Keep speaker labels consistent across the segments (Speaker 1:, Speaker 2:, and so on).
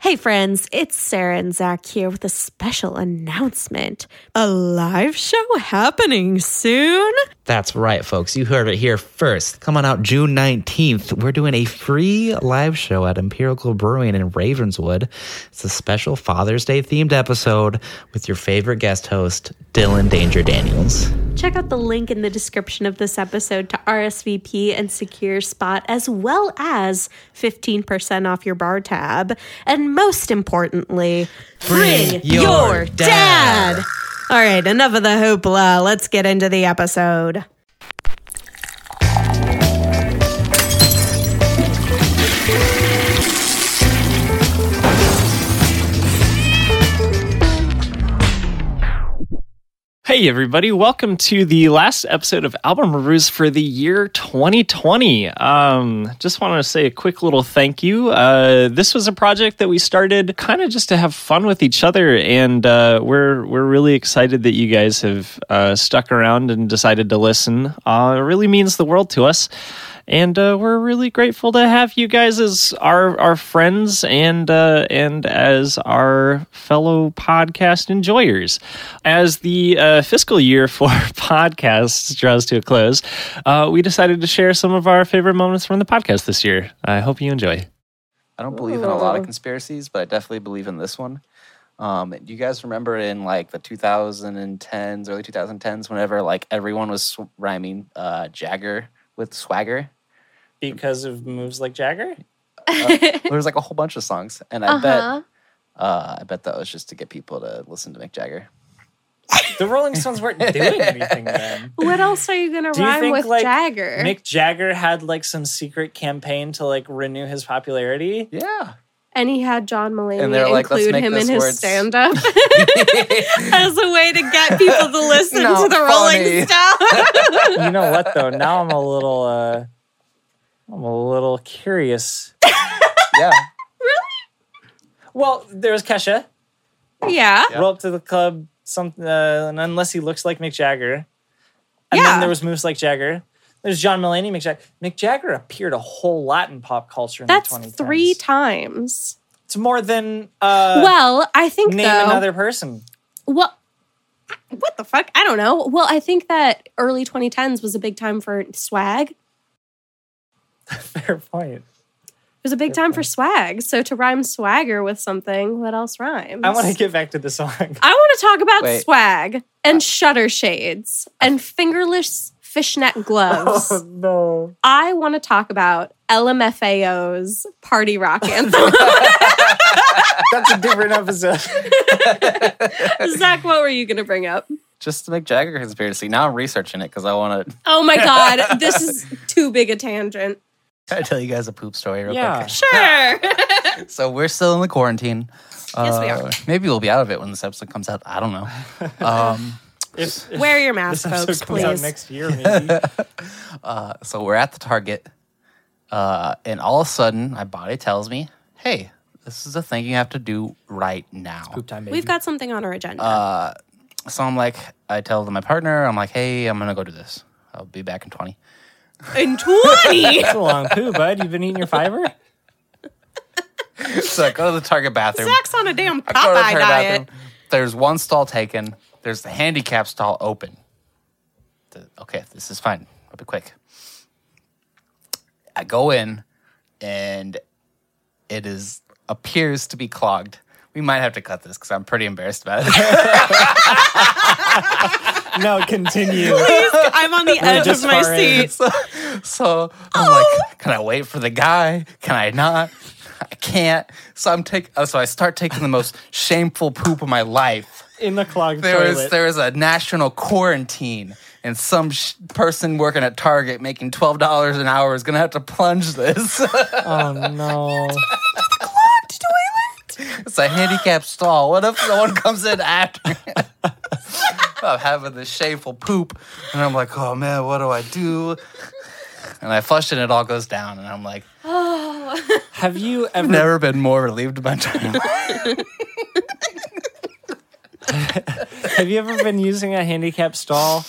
Speaker 1: Hey, friends, it's Sarah and Zach here with a special announcement.
Speaker 2: A live show happening soon?
Speaker 3: That's right, folks. You heard it here first. Come on out June 19th. We're doing a free live show at Empirical Brewing in Ravenswood. It's a special Father's Day themed episode with your favorite guest host, Dylan Danger Daniels.
Speaker 1: Check out the link in the description of this episode to RSVP and secure spot, as well as 15% off your bar tab. And most importantly,
Speaker 3: Bring your dad.
Speaker 1: All right, enough of the hoopla. Let's get into the episode.
Speaker 4: Hey, everybody, welcome to the last episode of Album Reviews for the year 2020. Um, just wanted to say a quick little thank you. Uh, this was a project that we started kind of just to have fun with each other, and uh, we're, we're really excited that you guys have uh, stuck around and decided to listen. Uh, it really means the world to us. And uh, we're really grateful to have you guys as our, our friends and uh, and as our fellow podcast enjoyers. As the uh, fiscal year for podcasts draws to a close, uh, we decided to share some of our favorite moments from the podcast this year. I hope you enjoy.
Speaker 5: I don't believe in a lot of conspiracies, but I definitely believe in this one. Um, do you guys remember in like the 2010s, early 2010s, whenever like everyone was sw- rhyming uh, Jagger with Swagger?
Speaker 6: because of moves like Jagger.
Speaker 5: There was like a whole bunch of songs, and I bet,
Speaker 7: Uh-huh.
Speaker 5: uh, I bet that was just to get people to listen to Mick Jagger.
Speaker 6: The Rolling Stones weren't doing anything then.
Speaker 7: What else are you gonna
Speaker 6: Do you
Speaker 7: rhyme
Speaker 6: think,
Speaker 7: with
Speaker 6: like,
Speaker 7: Jagger?
Speaker 6: Mick Jagger had like some secret campaign to like renew his popularity.
Speaker 5: Yeah,
Speaker 7: and he had John
Speaker 5: And they're
Speaker 7: Mulaney
Speaker 5: like, let's
Speaker 7: include
Speaker 5: make
Speaker 7: him in
Speaker 5: this
Speaker 7: his
Speaker 5: words-
Speaker 7: stand-up.
Speaker 1: As a way to get people to listen
Speaker 5: Not
Speaker 1: to the
Speaker 5: funny.
Speaker 1: Rolling Stones.
Speaker 6: You know what though? Now I'm a little, uh, I'm a little curious.
Speaker 5: yeah.
Speaker 6: Well, there was Kesha.
Speaker 1: yeah.
Speaker 6: Roll up to the club. Something, uh, and unless he looks like Mick Jagger. And
Speaker 1: Yeah.
Speaker 6: then there was moves like Jagger. There's John Mulaney, Mick Jagger. Mick Jagger appeered a whole lot in pop culture in
Speaker 7: That's
Speaker 6: the 2010s.
Speaker 7: three times.
Speaker 6: It's more than uh,
Speaker 7: well, I think
Speaker 6: name
Speaker 7: though,
Speaker 6: another person.
Speaker 7: Well, what the fuck? I don't know. Well, I think that early 2010s was a big time for swag. It
Speaker 6: Fair point.
Speaker 7: was a big time for swag. So to rhyme swagger with something, what else rhymes?
Speaker 6: I want to get back to the song.
Speaker 7: I want to talk about
Speaker 5: Wait.
Speaker 7: swag and shutter shades and fingerless fishnet gloves.
Speaker 6: no.
Speaker 7: I want to talk about LMFAO's party rock anthem.
Speaker 6: That's a different episode.
Speaker 7: Zach, what were you going to bring up?
Speaker 5: Just the Mick Jagger conspiracy. Now I'm researching it because I want to
Speaker 7: Oh my God, this is too big a tangent.
Speaker 5: Can I tell you guys a poop story real
Speaker 6: Yeah.
Speaker 5: quick?
Speaker 7: Sure.
Speaker 5: So we're still in the quarantine.
Speaker 7: Yes, we
Speaker 5: Uh, Maybe we'll be out of it when this episode comes out. I don't know. Um,
Speaker 6: If, if
Speaker 1: Wear your
Speaker 6: this
Speaker 1: mask,
Speaker 6: episode
Speaker 1: folks,
Speaker 6: comes out
Speaker 1: please.
Speaker 6: next year, maybe.
Speaker 5: uh, so we're at the Target, uh, and all of a sudden, my body tells me, "Hey, this is a thing you have to do right now."
Speaker 7: We've got something on our agenda.
Speaker 5: Uh, So I'm like, I tell my partner, I'm like, "Hey, I'm gonna go do this. I'll be back in 20."
Speaker 1: In 20.
Speaker 6: That's a long poo, bud. You've been eating your fiber?
Speaker 5: So I go to the Target bathroom.
Speaker 1: Zach's on a damn
Speaker 5: I go to the
Speaker 1: Popeye
Speaker 5: Target
Speaker 1: diet.
Speaker 5: bathroom. There's one stall taken. There's the handicap stall open. The- okay, this is fine. I'll be quick. I go in, and it is appears to be clogged. We might have to cut this because I'm pretty embarrassed about it.
Speaker 6: No, continue.
Speaker 1: I'm on the edge of
Speaker 6: just
Speaker 1: my
Speaker 6: far in.
Speaker 1: seat.
Speaker 5: so, so I'm like, can I wait for the guy? Can I not? I can't. So I'm take. uh, So I start taking the most shameful poop of my life.
Speaker 6: In the clogged
Speaker 5: there
Speaker 6: toilet.
Speaker 5: was there was a national quarantine and some sh- person working at target making $12 an hour is going to have to plunge this
Speaker 6: oh, no.
Speaker 5: it's a handicapped stall what if someone comes in after i'm having this shameful poop and i'm like oh man what do i do and i flush it and it all goes down and i'm like
Speaker 6: Have you ever
Speaker 5: never been more relieved of my time
Speaker 6: have you ever been using a handicap stall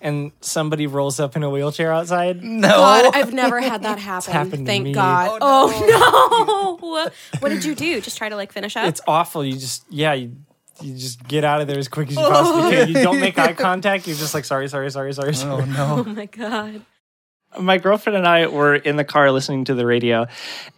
Speaker 4: and somebody rolls up in a wheelchair outside.
Speaker 1: No.
Speaker 7: God, I've never had that happen.
Speaker 4: happened to
Speaker 7: Thank
Speaker 4: me.
Speaker 7: God. Oh, no. what did you do? Just try to like finish up?
Speaker 4: It's awful. You just yeah, you, you just get out of there as quick as you
Speaker 3: Oh.
Speaker 4: possibly can. You don't make eye contact. You're just like sorry, sorry, sorry, sorry,
Speaker 1: Oh
Speaker 4: sorry.
Speaker 7: oh
Speaker 1: no.
Speaker 7: my God.
Speaker 6: my girlfriend and I were in the car listening to the radio,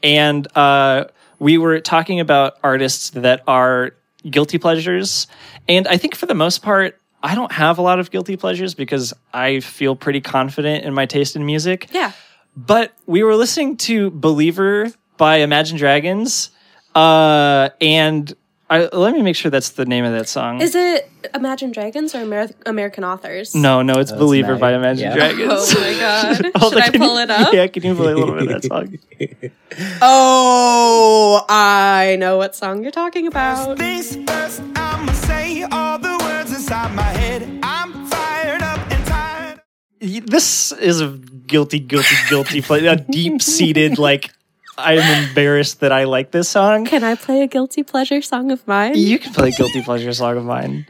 Speaker 6: and uh, we were talking about artists that are guilty pleasures. And I think for the most part, I don't have a lot of guilty pleasures because I feel pretty confident in my taste in music.
Speaker 7: Yeah.
Speaker 6: But we were listening to Believer by Imagine Dragons, uh, and I, let me make sure that's the name of that song.
Speaker 7: Is it Imagine Dragons or Amer- American Authors?
Speaker 6: no, no, it's Believer by
Speaker 3: Mag-
Speaker 6: Imagine
Speaker 3: yeah.
Speaker 6: Dragons.
Speaker 7: Oh my God.
Speaker 6: Hold
Speaker 7: Should
Speaker 6: on,
Speaker 7: I
Speaker 6: can you-
Speaker 7: pull it up?
Speaker 6: Yeah, can you play a little bit of that song?
Speaker 7: Oh, I know what song you're talking about.
Speaker 5: Things first, I'ma say all the words inside my head. I'm fired up and tired.
Speaker 6: Y- this is a guilty, guilty, guilty play. A deep seated like I am embarrassed that I like this song.
Speaker 7: Can I play a guilty pleasure song of mine?
Speaker 6: You can play a guilty pleasure song of mine,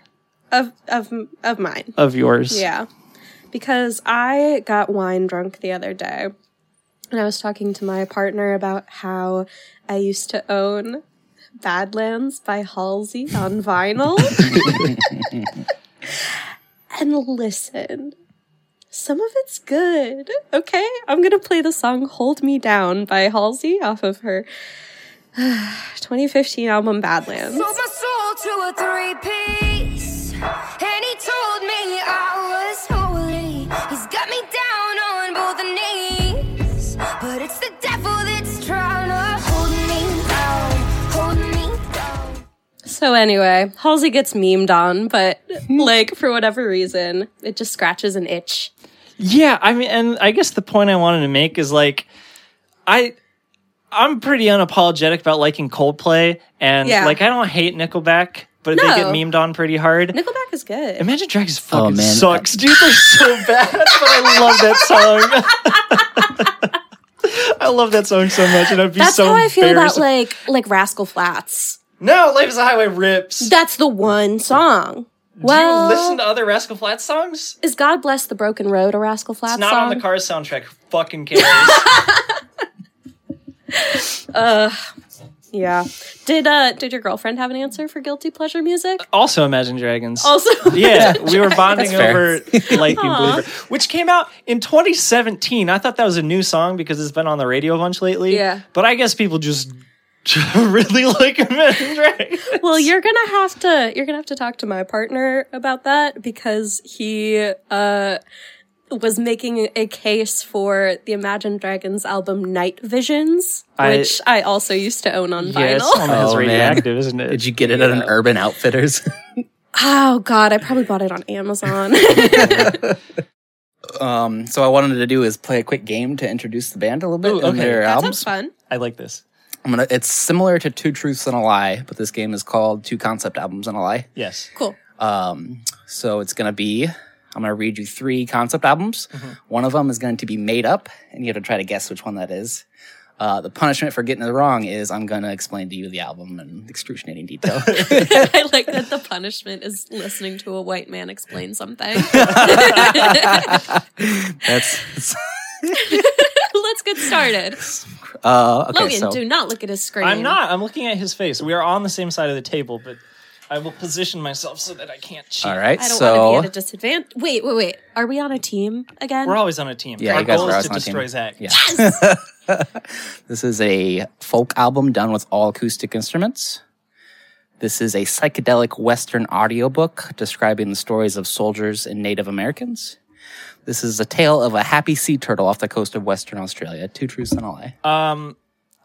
Speaker 7: Of of of mine.
Speaker 6: of yours.
Speaker 7: Yeah. Because I got wine drunk the other day. And I was talking to my partner about how I used to own Badlands by Halsey on vinyl. and listen. Some of it's good. Okay, I'm going to play the song Hold Me Down by Halsey off of her 2015 album Badlands.
Speaker 8: Sold my soul to a three piece. And he told me I was holy. He's got me down on both knees. But it's the devil that's trying to hold me down. Hold me down.
Speaker 7: So anyway, Halsey gets memed on, but like for whatever reason, it just scratches an itch.
Speaker 6: Yeah, I mean, and I guess the point I wanted to make is like, I, I'm pretty unapologetic about liking Coldplay, and
Speaker 7: Yeah.
Speaker 6: like I don't hate Nickelback, but they get
Speaker 7: No.
Speaker 6: memed on pretty hard.
Speaker 7: Nickelback is good.
Speaker 6: Imagine Dragons fucking
Speaker 3: Oh, man.
Speaker 6: sucks, dude. They're so bad, but I love that song. I love that song so much, and I'd be
Speaker 7: That's
Speaker 6: so
Speaker 7: how I feel about
Speaker 6: embarrassed.
Speaker 7: like like Rascal Flats.
Speaker 6: no, Life is a Highway rips.
Speaker 7: That's the one song. Well,
Speaker 6: Do you listen to other Rascal Flatts songs?
Speaker 7: is God Bless the Broken Road a Rascal Flats
Speaker 6: It's not
Speaker 7: song?
Speaker 6: on the Cars soundtrack. Who Fucking cares.
Speaker 7: yeah. Did uh did your girlfriend have an answer for guilty pleasure music?
Speaker 6: also, Imagine Dragons.
Speaker 7: Also,
Speaker 6: Yeah, we were bonding
Speaker 3: That's fair.
Speaker 6: over Lightning Believer, which came out in 2017. I thought that was a new song because it's been on the radio a bunch lately.
Speaker 7: Yeah.
Speaker 6: But I guess people just really like Imagine Dragons.
Speaker 7: Well, you're gonna have to you're gonna have to talk to my partner about that because he uh was making a case for the Imagine Dragons album Night Visions,
Speaker 6: I-
Speaker 7: which I also used to own on
Speaker 6: Yeah, it's
Speaker 7: vinyl.
Speaker 6: on his
Speaker 3: Oh, man.
Speaker 6: radioactive, isn't it?
Speaker 3: Did you get it at an Urban Outfitters?
Speaker 7: Oh god, I probably bought it on Amazon.
Speaker 3: um, so I wanted to do is play a quick game to introduce the band a little bit
Speaker 6: Ooh,
Speaker 3: and
Speaker 6: okay.
Speaker 3: their
Speaker 7: that
Speaker 3: albums.
Speaker 7: sounds fun.
Speaker 6: I like this.
Speaker 3: I'm gonna. It's similar to Two Truths and a Lie, but this game is called Two Concept Albums and a Lie.
Speaker 6: Yes.
Speaker 7: Cool.
Speaker 3: Um, so it's gonna be. I'm gonna read you three concept albums.
Speaker 6: Mm-hmm.
Speaker 3: One of them is going to be made up, and you have to try to guess which one that is. Uh, the punishment for getting it wrong is I'm gonna explain to you the album in excruciating detail.
Speaker 7: I like that the punishment is listening to a white man explain something.
Speaker 3: That's
Speaker 7: Let's get started.
Speaker 3: uh, okay.
Speaker 7: Logan,
Speaker 3: so
Speaker 7: do not look at his screen.
Speaker 6: I'm not. I'm looking at his face. We are on the same side of the table, but I will position myself so that I can't cheat.
Speaker 3: all right,
Speaker 7: I don't
Speaker 3: so
Speaker 7: want to be at a disadvantage. Wait, wait, wait. Are we on a team again?
Speaker 6: We're always on a team.
Speaker 3: Yeah,
Speaker 6: Our
Speaker 3: you guys
Speaker 6: goal
Speaker 3: are
Speaker 6: is
Speaker 3: always
Speaker 6: to
Speaker 3: on a team.
Speaker 6: destroy Zach.
Speaker 3: Yeah.
Speaker 7: Yes!
Speaker 3: This is a folk album done with all acoustic instruments. This is a psychedelic Western audiobook describing the stories of soldiers and Native Americans. This is a tale of a happy sea turtle off the coast of Western Australia. Two truths and a lie.
Speaker 6: Um,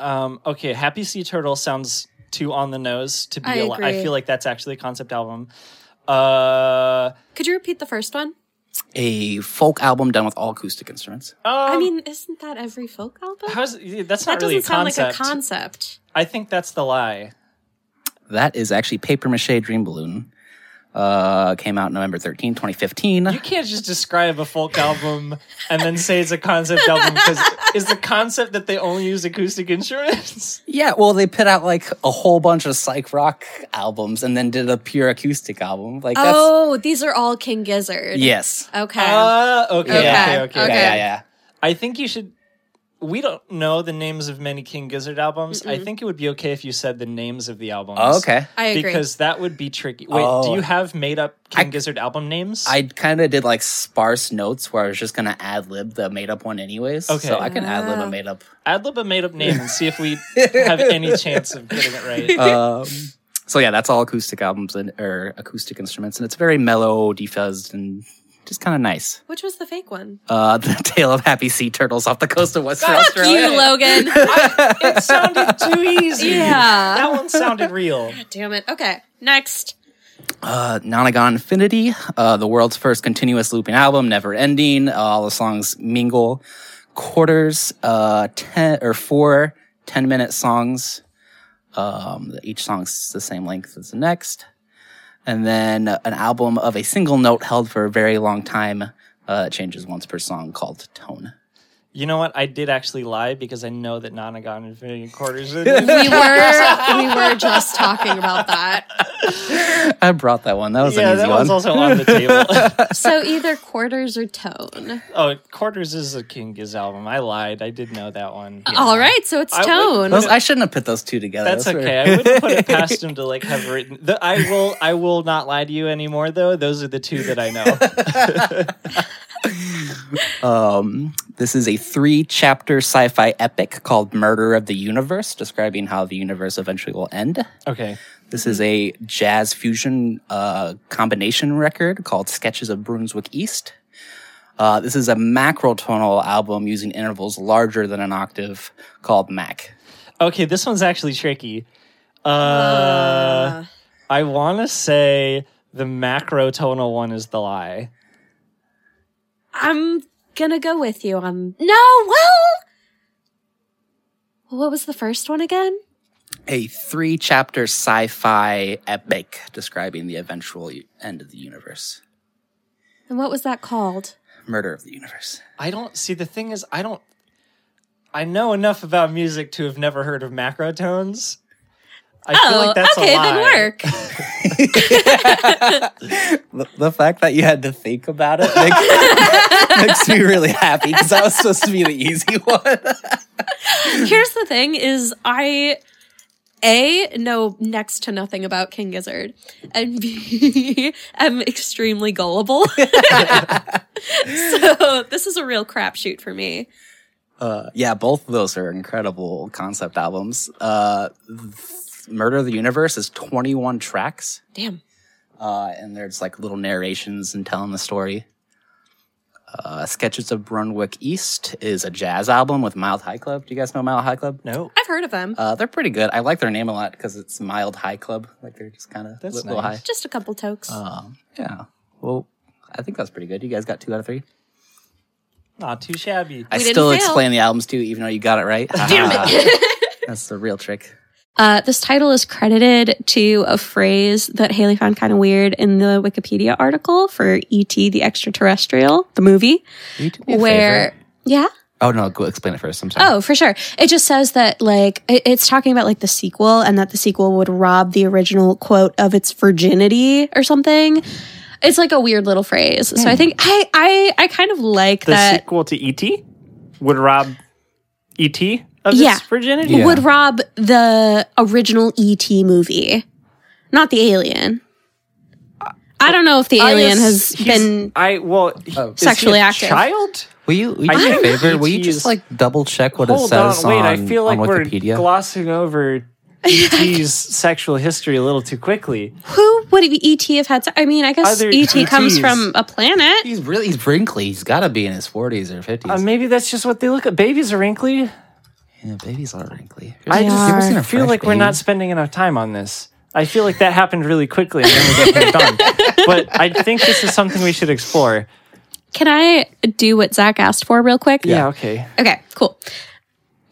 Speaker 6: um, okay, Happy Sea Turtle sounds too on the nose to be
Speaker 7: I
Speaker 6: al- I
Speaker 7: agree.
Speaker 6: feel like that's actually a concept album. Uh,
Speaker 7: Could you repeat the first one?
Speaker 3: A folk album done with all acoustic instruments.
Speaker 7: I mean, isn't that every folk album?
Speaker 6: how's that's not
Speaker 7: that doesn't
Speaker 6: really a
Speaker 7: sound
Speaker 6: concept.
Speaker 7: like a concept.
Speaker 6: I think that's the lie.
Speaker 3: That is actually Paper Mache Dream Balloon
Speaker 5: Uh, came out November 13, 2015.
Speaker 6: You can't just describe a folk album and then say it's a concept album because is the concept that they only use acoustic instruments?
Speaker 5: Yeah, well, they put out like a whole bunch of psych rock albums and then did a pure acoustic album. Like, that's.
Speaker 7: Oh, these are all King Gizzard.
Speaker 5: Yes.
Speaker 7: Okay.
Speaker 4: Oh,
Speaker 6: Uh, okay,
Speaker 5: Yeah.
Speaker 6: okay, okay.
Speaker 7: Okay.
Speaker 5: Yeah, yeah, yeah.
Speaker 6: I think you should. We don't know the names of many King Gizzard albums. I think it would be okay if you said the names of the albums.
Speaker 5: Oh, okay.
Speaker 7: I agree.
Speaker 6: Because that would be tricky. Wait, do
Speaker 5: Oh.
Speaker 6: you have made up King Gizzard album names?
Speaker 5: I kind of did like sparse notes where I was just going to ad lib the made up one, anyways.
Speaker 6: Okay.
Speaker 5: So I can ad lib a made up.
Speaker 6: Ad lib a made up name and see if we have any chance of getting it right.
Speaker 5: Um, so yeah, that's all acoustic albums and or acoustic instruments, and it's very mellow, defuzzed, and just kind of nice.
Speaker 7: Which was the fake one?
Speaker 5: Uh, the tale of happy sea turtles off the coast of Western Australia.
Speaker 7: You, Logan.
Speaker 6: it sounded too easy.
Speaker 7: yeah.
Speaker 6: That one sounded real.
Speaker 7: Damn it. Okay. Next.
Speaker 5: Uh, Nonagon Infinity, uh, the world's first continuous looping album, never ending. Uh, all the songs mingle. Quarters, uh, ten or four 10 minute songs. Um, each song's the same length as the next. And then uh, an album of a single note held for a very long time. Uh, it changes once per song called Tone.
Speaker 6: You know what? I did actually lie because I know that Nonagon Infinity Quarters. is-
Speaker 7: We were we were just talking about that.
Speaker 5: I brought that one. That was
Speaker 6: yeah,
Speaker 5: an easy
Speaker 6: that
Speaker 5: one.
Speaker 6: one's also on the table.
Speaker 7: So either quarters or tone.
Speaker 6: oh, Quarters is a King Giz album. I lied. I did know that one.
Speaker 7: All right, so it's
Speaker 6: I would-
Speaker 7: tone.
Speaker 5: Those- I shouldn't have put those two together.
Speaker 6: That's
Speaker 5: Those were-
Speaker 6: okay. I wouldn't put it past him to like have written. The, I will. I will not lie to you anymore. Though those are the two that I know.
Speaker 5: Um, this is a three chapter sci fi epic called Murder of the Universe, describing how the universe eventually will end.
Speaker 6: Okay.
Speaker 5: This is a jazz fusion uh, combination record called Sketches of Brunswick East. Uh, this is a macrotonal album using intervals larger than an octave called Mac.
Speaker 6: Okay. This one's actually tricky. Uh, I want to say the macro tonal one is the lie.
Speaker 7: I'm gonna go with you on No, well what was the first one again?
Speaker 5: A three chapter sci fi epic describing the eventual u- end of the universe.
Speaker 7: And what was that called?
Speaker 5: Murder of the universe.
Speaker 6: I don't see. The thing is, I don't. I know enough about music to have never heard of macro tones. I feel like that's
Speaker 7: Oh, okay,
Speaker 6: a lie.
Speaker 7: then work.
Speaker 5: The, the fact that you had to think about it makes, makes me really happy because that was supposed to be the easy one.
Speaker 7: Here's the thing is I A know next to nothing about King Gizzard and B am extremely gullible. so this is a real crapshoot for me.
Speaker 5: Uh, yeah, both of those are incredible concept albums. Uh, th- Murder of the Universe is 21 tracks,
Speaker 7: Damn.
Speaker 5: uh, and there's like little narrations and telling the story. Uh, Sketches of Brunwick East is a jazz album with Mild High Club. Do you guys know Mild High Club?
Speaker 6: No.
Speaker 7: I've heard of them.
Speaker 5: Uh, they're pretty good. I like their name a lot because it's Mild High Club. Like they're just kind of
Speaker 6: That's
Speaker 5: little
Speaker 6: nice.
Speaker 5: high.
Speaker 7: Just a couple tokes.
Speaker 6: Uh,
Speaker 5: Um, yeah. Well, I think that's pretty good. You guys got two out of three.
Speaker 6: Not too shabby.
Speaker 5: I
Speaker 7: We didn't
Speaker 5: still
Speaker 7: fail.
Speaker 5: explain the albums too, even though you got it right. Damn it! that's the real trick.
Speaker 7: Uh, this title is credited to a phrase that Haley found kind of weird in the Wikipedia article for E.T. the Extraterrestrial, the movie, where. Yeah.
Speaker 5: Oh no, go explain it first. I'm sorry.
Speaker 7: Oh, for sure. It just says that, like, it- it's talking about, like, the sequel and that the sequel would rob the original quote of its virginity or something. It's like a weird little phrase. So I think I, I, I kind of like
Speaker 4: Hmm. The
Speaker 7: that.
Speaker 4: sequel to E.T. would rob E.T. of
Speaker 7: Yeah.
Speaker 4: its virginity.
Speaker 5: Yeah.
Speaker 7: Would rob the original E.T. movie, not the alien. I don't know if the alien has
Speaker 4: He's-
Speaker 7: been.
Speaker 4: I well he- is he
Speaker 7: Sexually
Speaker 4: a
Speaker 7: active.
Speaker 4: Child.
Speaker 3: Will you, will
Speaker 4: I
Speaker 3: you do a
Speaker 4: think
Speaker 3: favor? Will you
Speaker 4: ET is-
Speaker 3: just like double check what it
Speaker 4: Hold on,
Speaker 3: says
Speaker 4: wait.
Speaker 3: on,
Speaker 4: I feel like
Speaker 3: on
Speaker 4: we're
Speaker 3: Wikipedia?
Speaker 4: glossing over E.T.'s sexual history a little too quickly.
Speaker 7: Who would E.T. have had? se- I mean, I guess
Speaker 4: Other
Speaker 7: E.T. comes
Speaker 4: ETs.
Speaker 7: from a planet.
Speaker 3: he's really he's wrinkly. He's got to be in his 40s or 50s.
Speaker 4: Uh, maybe that's just what they look at. Babies are wrinkly.
Speaker 3: yeah, babies are wrinkly.
Speaker 4: I
Speaker 3: You
Speaker 4: just
Speaker 3: ever seen a
Speaker 4: feel
Speaker 3: fresh
Speaker 4: like we're
Speaker 3: baby?
Speaker 4: not spending enough time on this. I feel like that happened really quickly and then we got done. But I think this is something we should explore.
Speaker 7: Can I do what Zach asked for real quick?
Speaker 4: Yeah, okay.
Speaker 7: Okay, cool.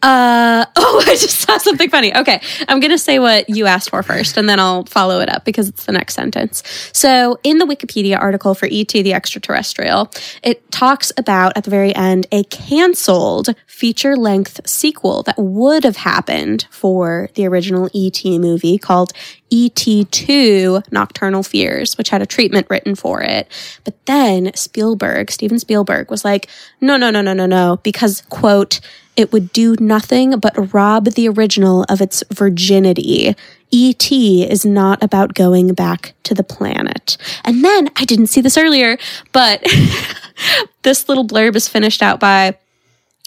Speaker 7: Uh, oh, I just saw something funny. Okay. I'm going to say what you asked for first, and then I'll follow it up because it's the next sentence. So, in the Wikipedia article for E.T. the Extraterrestrial, it talks about at the very end a canceled feature length sequel that would have happened for the original E.T. movie called ET2 Nocturnal Fears, which had a treatment written for it. But then Spielberg, Steven Spielberg, was like, no, no, no, no, no, no, because, quote, it would do nothing but rob the original of its virginity. ET is not about going back to the planet. And then I didn't see this earlier, but this little blurb is finished out by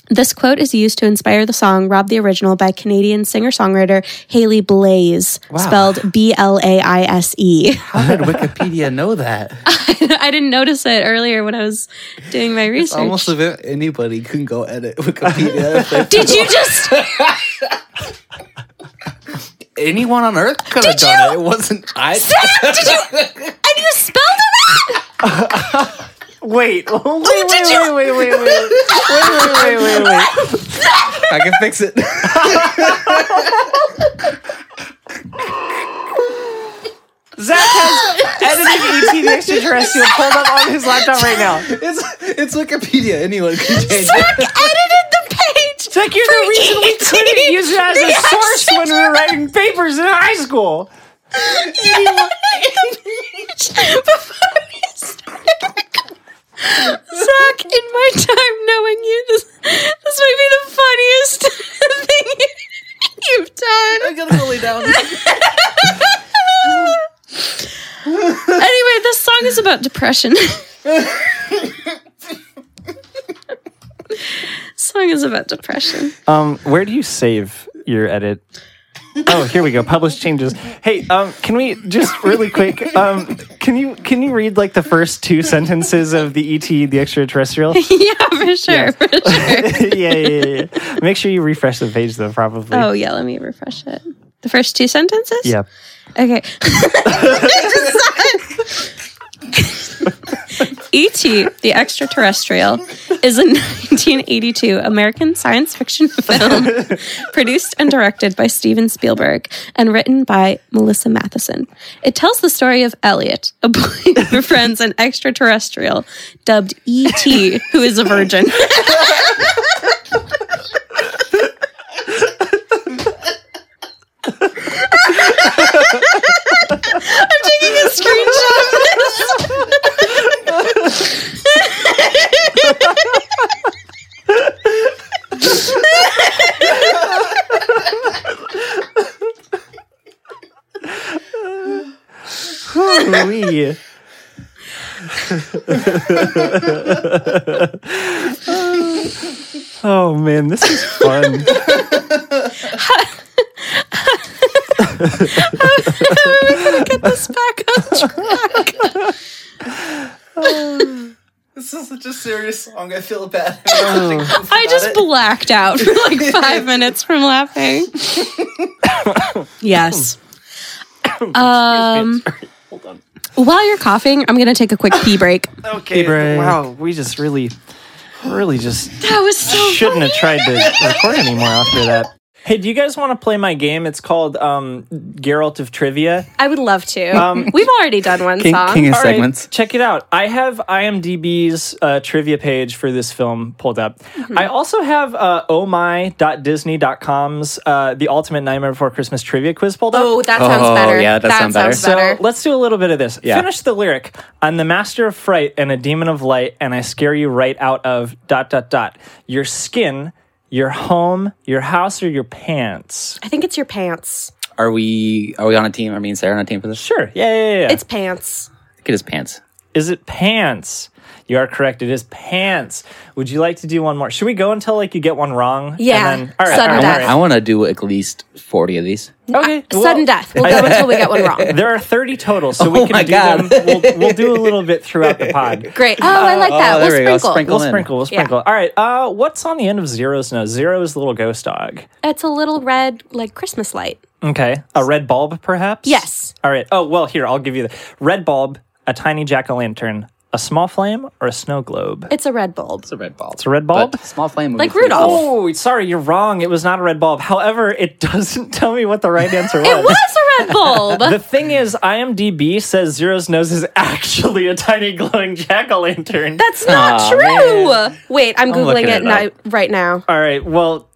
Speaker 7: this quote is used to inspire the song Rob the Original by Canadian singer songwriter Haley Blaze, spelled B L A I S E.
Speaker 5: How did Wikipedia know that?
Speaker 7: I didn't notice it earlier when I was doing my
Speaker 5: It's
Speaker 7: research.
Speaker 5: almost as if anybody can go edit Wikipedia. if they-
Speaker 7: Did you just?
Speaker 5: Anyone on earth could have done it. It wasn't I.
Speaker 7: Did you? And you spelled it out?
Speaker 6: Wait, wait, wait, wait, wait, wait, wait, wait, wait, wait, wait.
Speaker 5: I can fix it.
Speaker 6: Zach has edited ET the extraterrestrial pulled up on his laptop right now.
Speaker 5: It's it's Wikipedia. Anyone can change
Speaker 7: Zach
Speaker 5: it.
Speaker 7: edited the page.
Speaker 6: Zach, you're the reason we couldn't use it as a source when we were writing papers in high school.
Speaker 7: Zach, in my time knowing you, this this might be the funniest thing you've done. I'm gonna go lay down. anyway, this song is about depression. song is about depression.
Speaker 6: Um, where do you save your edit? Oh, here we go. Publish changes. Hey, um, can we just really quick? Um, can you can you read like the first two sentences of the ET the extraterrestrial?
Speaker 7: yeah, for sure. For sure.
Speaker 6: yeah, yeah, yeah, yeah. Make sure you refresh the page though. Probably.
Speaker 7: Oh yeah, let me refresh it. The first two sentences?
Speaker 6: Yeah.
Speaker 7: Okay. E.T., E the extraterrestrial, is a 1982 American science fiction film produced and directed by Steven Spielberg and written by Melissa Matheson. It tells the story of Elliot, a boy who befriends an extraterrestrial dubbed E.T., who is a virgin. taking a screenshot of this.
Speaker 6: Ooh-wee. oh man, this is fun.
Speaker 7: Get this back on track.
Speaker 5: This is such a serious song. I feel bad.
Speaker 7: I just blacked out for like five minutes from laughing. yes. Um, while you're coughing, I'm going to take a quick pee break.
Speaker 6: Okay, wow, we just really, really just
Speaker 7: That was so
Speaker 6: shouldn't have tried to record anymore after that. Hey, do you guys want to play my game? It's called um, Geralt of Trivia.
Speaker 1: I would love to.
Speaker 5: Um,
Speaker 1: We've already done one song.
Speaker 5: King of
Speaker 6: All right,
Speaker 5: segments.
Speaker 6: check it out. I have IMDb's uh, trivia page for this film pulled up. I also have uh, ohmy.disney.com's uh, The Ultimate Nightmare Before Christmas trivia quiz pulled up.
Speaker 1: Oh, that sounds
Speaker 5: Oh,
Speaker 1: better.
Speaker 5: yeah, that sounds better.
Speaker 6: So let's do a little bit of this.
Speaker 5: Yeah.
Speaker 6: Finish the lyric. I'm the master of fright and a demon of light, and I scare you right out of dot dot dot. Your skin, your home, your house, or your pants.
Speaker 1: I think it's your pants.
Speaker 5: Are we are we on a team? Are me and Sarah on a team for this?
Speaker 6: Sure. Yeah, yeah, yeah.
Speaker 1: It's pants.
Speaker 5: Get his pants.
Speaker 6: Is it pants? You are correct. It is pants. Would you like to do one more? Should we go until like you get one wrong? And
Speaker 1: Yeah.
Speaker 6: then- all right.
Speaker 1: Sudden
Speaker 6: all right,
Speaker 1: death.
Speaker 5: I want to do at least forty of these.
Speaker 6: all right. Okay.
Speaker 1: Sudden
Speaker 6: well,
Speaker 1: death. We'll go until we get one wrong.
Speaker 6: There are thirty total, so we
Speaker 5: Oh
Speaker 6: can
Speaker 5: my
Speaker 6: do
Speaker 5: God.
Speaker 6: them. We'll, we'll do a little bit throughout the pod.
Speaker 1: Great. Oh, I like that.
Speaker 5: oh,
Speaker 1: we'll
Speaker 5: there we go.
Speaker 1: sprinkle.
Speaker 5: Sprinkle.
Speaker 6: We'll
Speaker 5: in.
Speaker 6: sprinkle. We'll
Speaker 1: Yeah.
Speaker 6: sprinkle. All right. Uh, what's on the end of zeros now? Zero is the little ghost dog.
Speaker 1: It's a little red, like Christmas light.
Speaker 6: Okay. A red bulb, perhaps?
Speaker 1: Yes.
Speaker 6: All right. Oh, well, here, I'll give you the red bulb, a tiny jack o' lantern, a small flame or a snow globe?
Speaker 9: It's a red bulb.
Speaker 5: It's a red bulb.
Speaker 6: It's a red bulb.
Speaker 5: small flame. would
Speaker 9: Like
Speaker 5: be pretty
Speaker 9: Rudolph.
Speaker 5: cool.
Speaker 6: oh, sorry, you're wrong. It was not a red bulb. However, it doesn't tell me what the right answer was.
Speaker 9: It was a red
Speaker 6: The
Speaker 9: bulb.
Speaker 6: thing is, IMDb says Zero's nose is actually a tiny glowing jack o' lantern.
Speaker 9: That's not true. Wait, I'm googling
Speaker 5: looking
Speaker 9: it,
Speaker 5: it
Speaker 9: ni- right now.
Speaker 6: All right, well,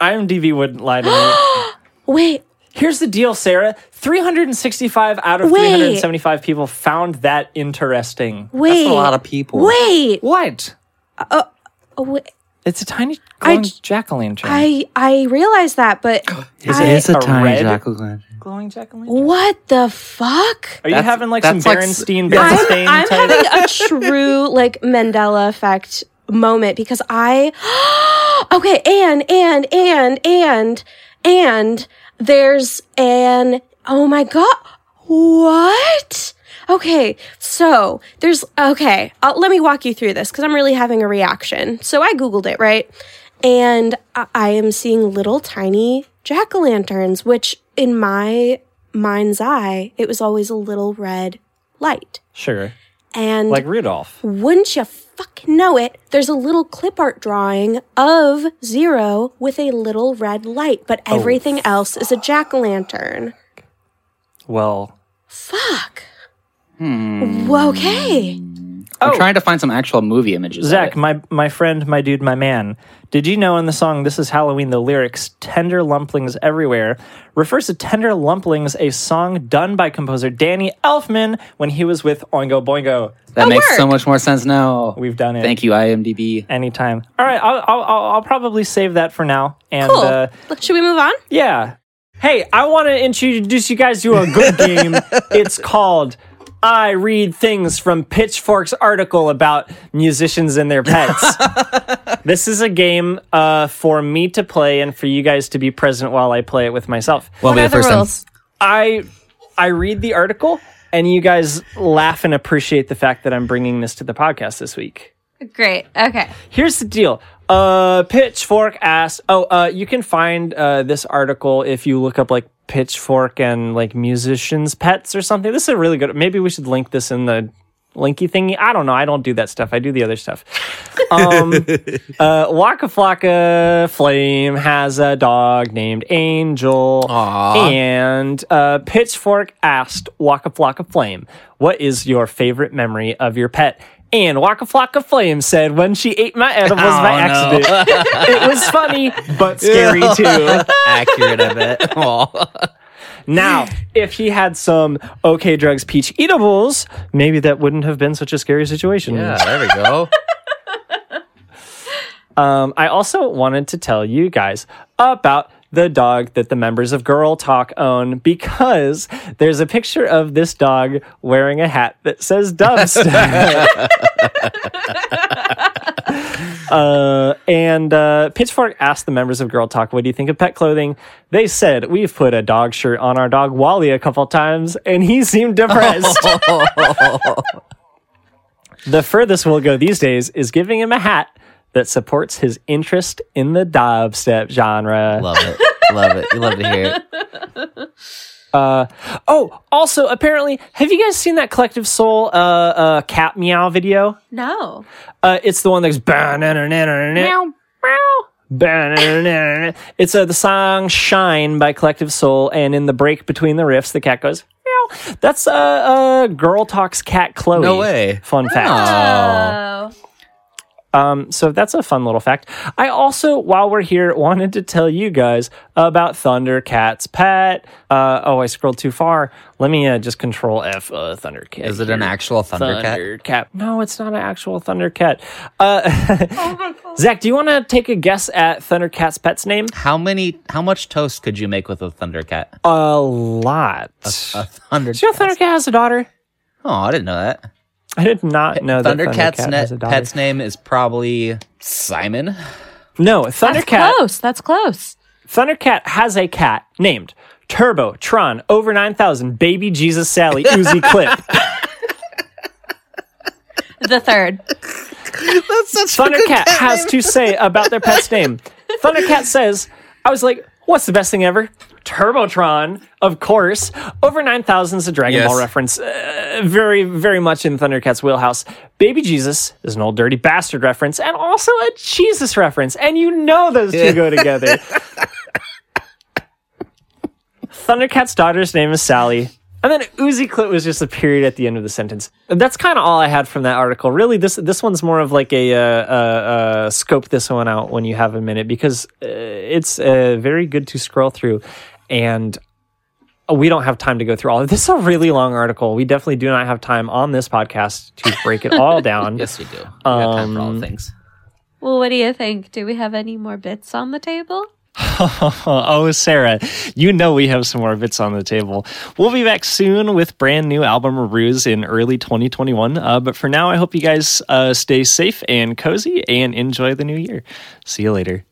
Speaker 6: IMDb wouldn't lie to me.
Speaker 9: Wait,
Speaker 6: Here's the deal, Sarah. 365 out of
Speaker 9: Wait.
Speaker 6: 375 people found that interesting.
Speaker 9: wait,
Speaker 5: That's a lot of people.
Speaker 9: wait.
Speaker 6: What?
Speaker 9: Oh, wait.
Speaker 6: It's a tiny glowing
Speaker 9: j-
Speaker 6: jack o' lantern.
Speaker 9: I I realized that, but
Speaker 5: It's,
Speaker 9: I-
Speaker 5: it's a,
Speaker 6: A
Speaker 5: tiny
Speaker 6: red-
Speaker 5: jack o' lantern.
Speaker 6: glowing jack o' lantern.
Speaker 9: what the fuck?
Speaker 6: Are you
Speaker 5: That's-
Speaker 6: having like some
Speaker 5: that's like s-
Speaker 6: Berenstein
Speaker 5: that's-
Speaker 6: Berenstain
Speaker 9: I'm
Speaker 6: type?
Speaker 9: having a true like Mandela effect moment because I okay, and and and and and there's an oh my god, what? Okay, so there's okay. Uh, let me walk you through this because I'm really having a reaction. So I googled it right, and I, I am seeing little tiny jack o' lanterns, which in my mind's eye, it was always a little red light.
Speaker 6: sure.
Speaker 9: And
Speaker 6: Like Rudolph.
Speaker 9: wouldn't you fucking know it, there's a little clip art drawing of Zero with a little red light, but everything else is a jack o' lantern.
Speaker 6: Well,
Speaker 9: Fuck. Hmm. Well, Okay.
Speaker 6: Oh.
Speaker 5: I'm trying to find some actual movie images. of
Speaker 6: Zach,
Speaker 5: it.
Speaker 6: my my friend, my dude, my man, did you know in the song "This Is Halloween" the lyrics "Tender lumplings everywhere" refers to "Tender lumplings," a song done by composer Danny Elfman when he was with Oingo Boingo.
Speaker 5: that makes so much more sense now.
Speaker 6: We've done it.
Speaker 5: Thank you, IMDb.
Speaker 6: Anytime. All right, I'll I'll, I'll, I'll probably save that for now. And
Speaker 9: Cool.
Speaker 6: uh,
Speaker 9: Look, Should we move on?
Speaker 6: yeah, hey, I want to introduce you guys to a good game. It's called. I read things from Pitchfork's article about musicians and their pets. This is a game uh, for me to play and for you guys to be present while I play it with myself.
Speaker 3: Won't be the first time.
Speaker 6: I I read the article and you guys laugh and appreciate the fact that I'm bringing this to the podcast this week.
Speaker 9: Great. Okay.
Speaker 6: Here's the deal. Uh, Pitchfork asked. Oh, uh, you can find uh, this article if you look up like Pitchfork and like musicians' pets or something. This is a really good. Maybe we should link this in the linky thingy. I don't know. I don't do that stuff. I do the other stuff. Um, uh, Waka Flocka Flame has a dog named Angel, and uh, Pitchfork asked Waka Flocka Flame, "What is your favorite memory of your pet?" And Waka Flocka Flame said, "When she ate my edibles by
Speaker 3: Oh,
Speaker 6: accident, it was funny but scary too."
Speaker 3: Accurate of it. Aw.
Speaker 6: Now, if he had some OK Drugs peach eatables, maybe that wouldn't have been such a scary situation.
Speaker 3: Yeah, there we go.
Speaker 6: Um, I also wanted to tell you guys about the dog that the members of Girl Talk own because there's a picture of this dog wearing a hat that says Dubstep. uh, and uh, Pitchfork asked the members of Girl Talk, "What do you think of pet clothing?" They said, "We've put a dog shirt on our dog Wally a couple times, and he seemed depressed." The furthest we'll go these days is giving him a hat that supports his interest in the dubstep genre.
Speaker 3: Love it. Love it. You love to hear it.
Speaker 6: Oh, also, apparently, have you guys seen that Collective Soul uh, uh, cat meow video?
Speaker 9: No.
Speaker 6: Uh, it's the one that's meow meow. It's uh, the song "Shine" by Collective Soul, and in the break between the riffs, the cat goes meow. That's uh, uh, Girl Talk's cat Chloe.
Speaker 3: No way.
Speaker 6: Fun fact.
Speaker 9: Oh.
Speaker 6: Um, so that's a fun little fact. I also, while we're here, wanted to tell you guys about Thundercat's pet. Uh, oh, I scrolled too far. Let me uh, just control F uh, Thundercat.
Speaker 3: Is it an actual Thundercat?
Speaker 6: Thundercat? No, it's not an actual Thundercat. Uh, Zach, do you want to take a guess at Thundercat's pet's name?
Speaker 3: How many? How much toast could you make with a Thundercat?
Speaker 6: A lot.
Speaker 3: A thunder.
Speaker 6: Do you know Thundercat has a daughter?
Speaker 3: Oh, I didn't know that.
Speaker 6: I did not know that
Speaker 3: Thundercat's
Speaker 6: Thundercat
Speaker 3: net,
Speaker 6: has a daughter.
Speaker 3: pet's name is probably Simon.
Speaker 6: No,
Speaker 9: That's
Speaker 6: Thundercat.
Speaker 9: close. That's close.
Speaker 6: Thundercat has a cat named Turbo Tron Over 9000 Baby Jesus Sally Uzi Clip.
Speaker 9: The third.
Speaker 6: Thundercat has to say about their pet's name. Thundercat says, I was like, what's the best thing ever? Turbotron, of course. Over 9,000 is a Dragon
Speaker 10: Yes.
Speaker 6: Ball reference. Uh, very, very much in Thundercats' wheelhouse. Baby Jesus is an old dirty bastard reference and also a Jesus reference. And you know those two go together. Thundercat's daughter's name is Sally. And then Uzi Clit was just a period at the end of the sentence. That's kind of all I had from that article. Really, this this one's more of like a uh, uh, uh, scope this one out when you have a minute because uh, it's uh, very good to scroll through, and we don't have time to go through all. This is a really long article. We definitely do not have time on this podcast to break it all down.
Speaker 10: Yes, we do. We got time for all
Speaker 6: Um,
Speaker 10: things.
Speaker 7: Well, what do you think? Do we have any more bits on the table?
Speaker 4: oh, Sarah, you know we have some more bits on the table. We'll be back soon with brand new album reviews in early 2021. Uh, but for now, I hope you guys uh, stay safe and cozy and enjoy the new year. See you later.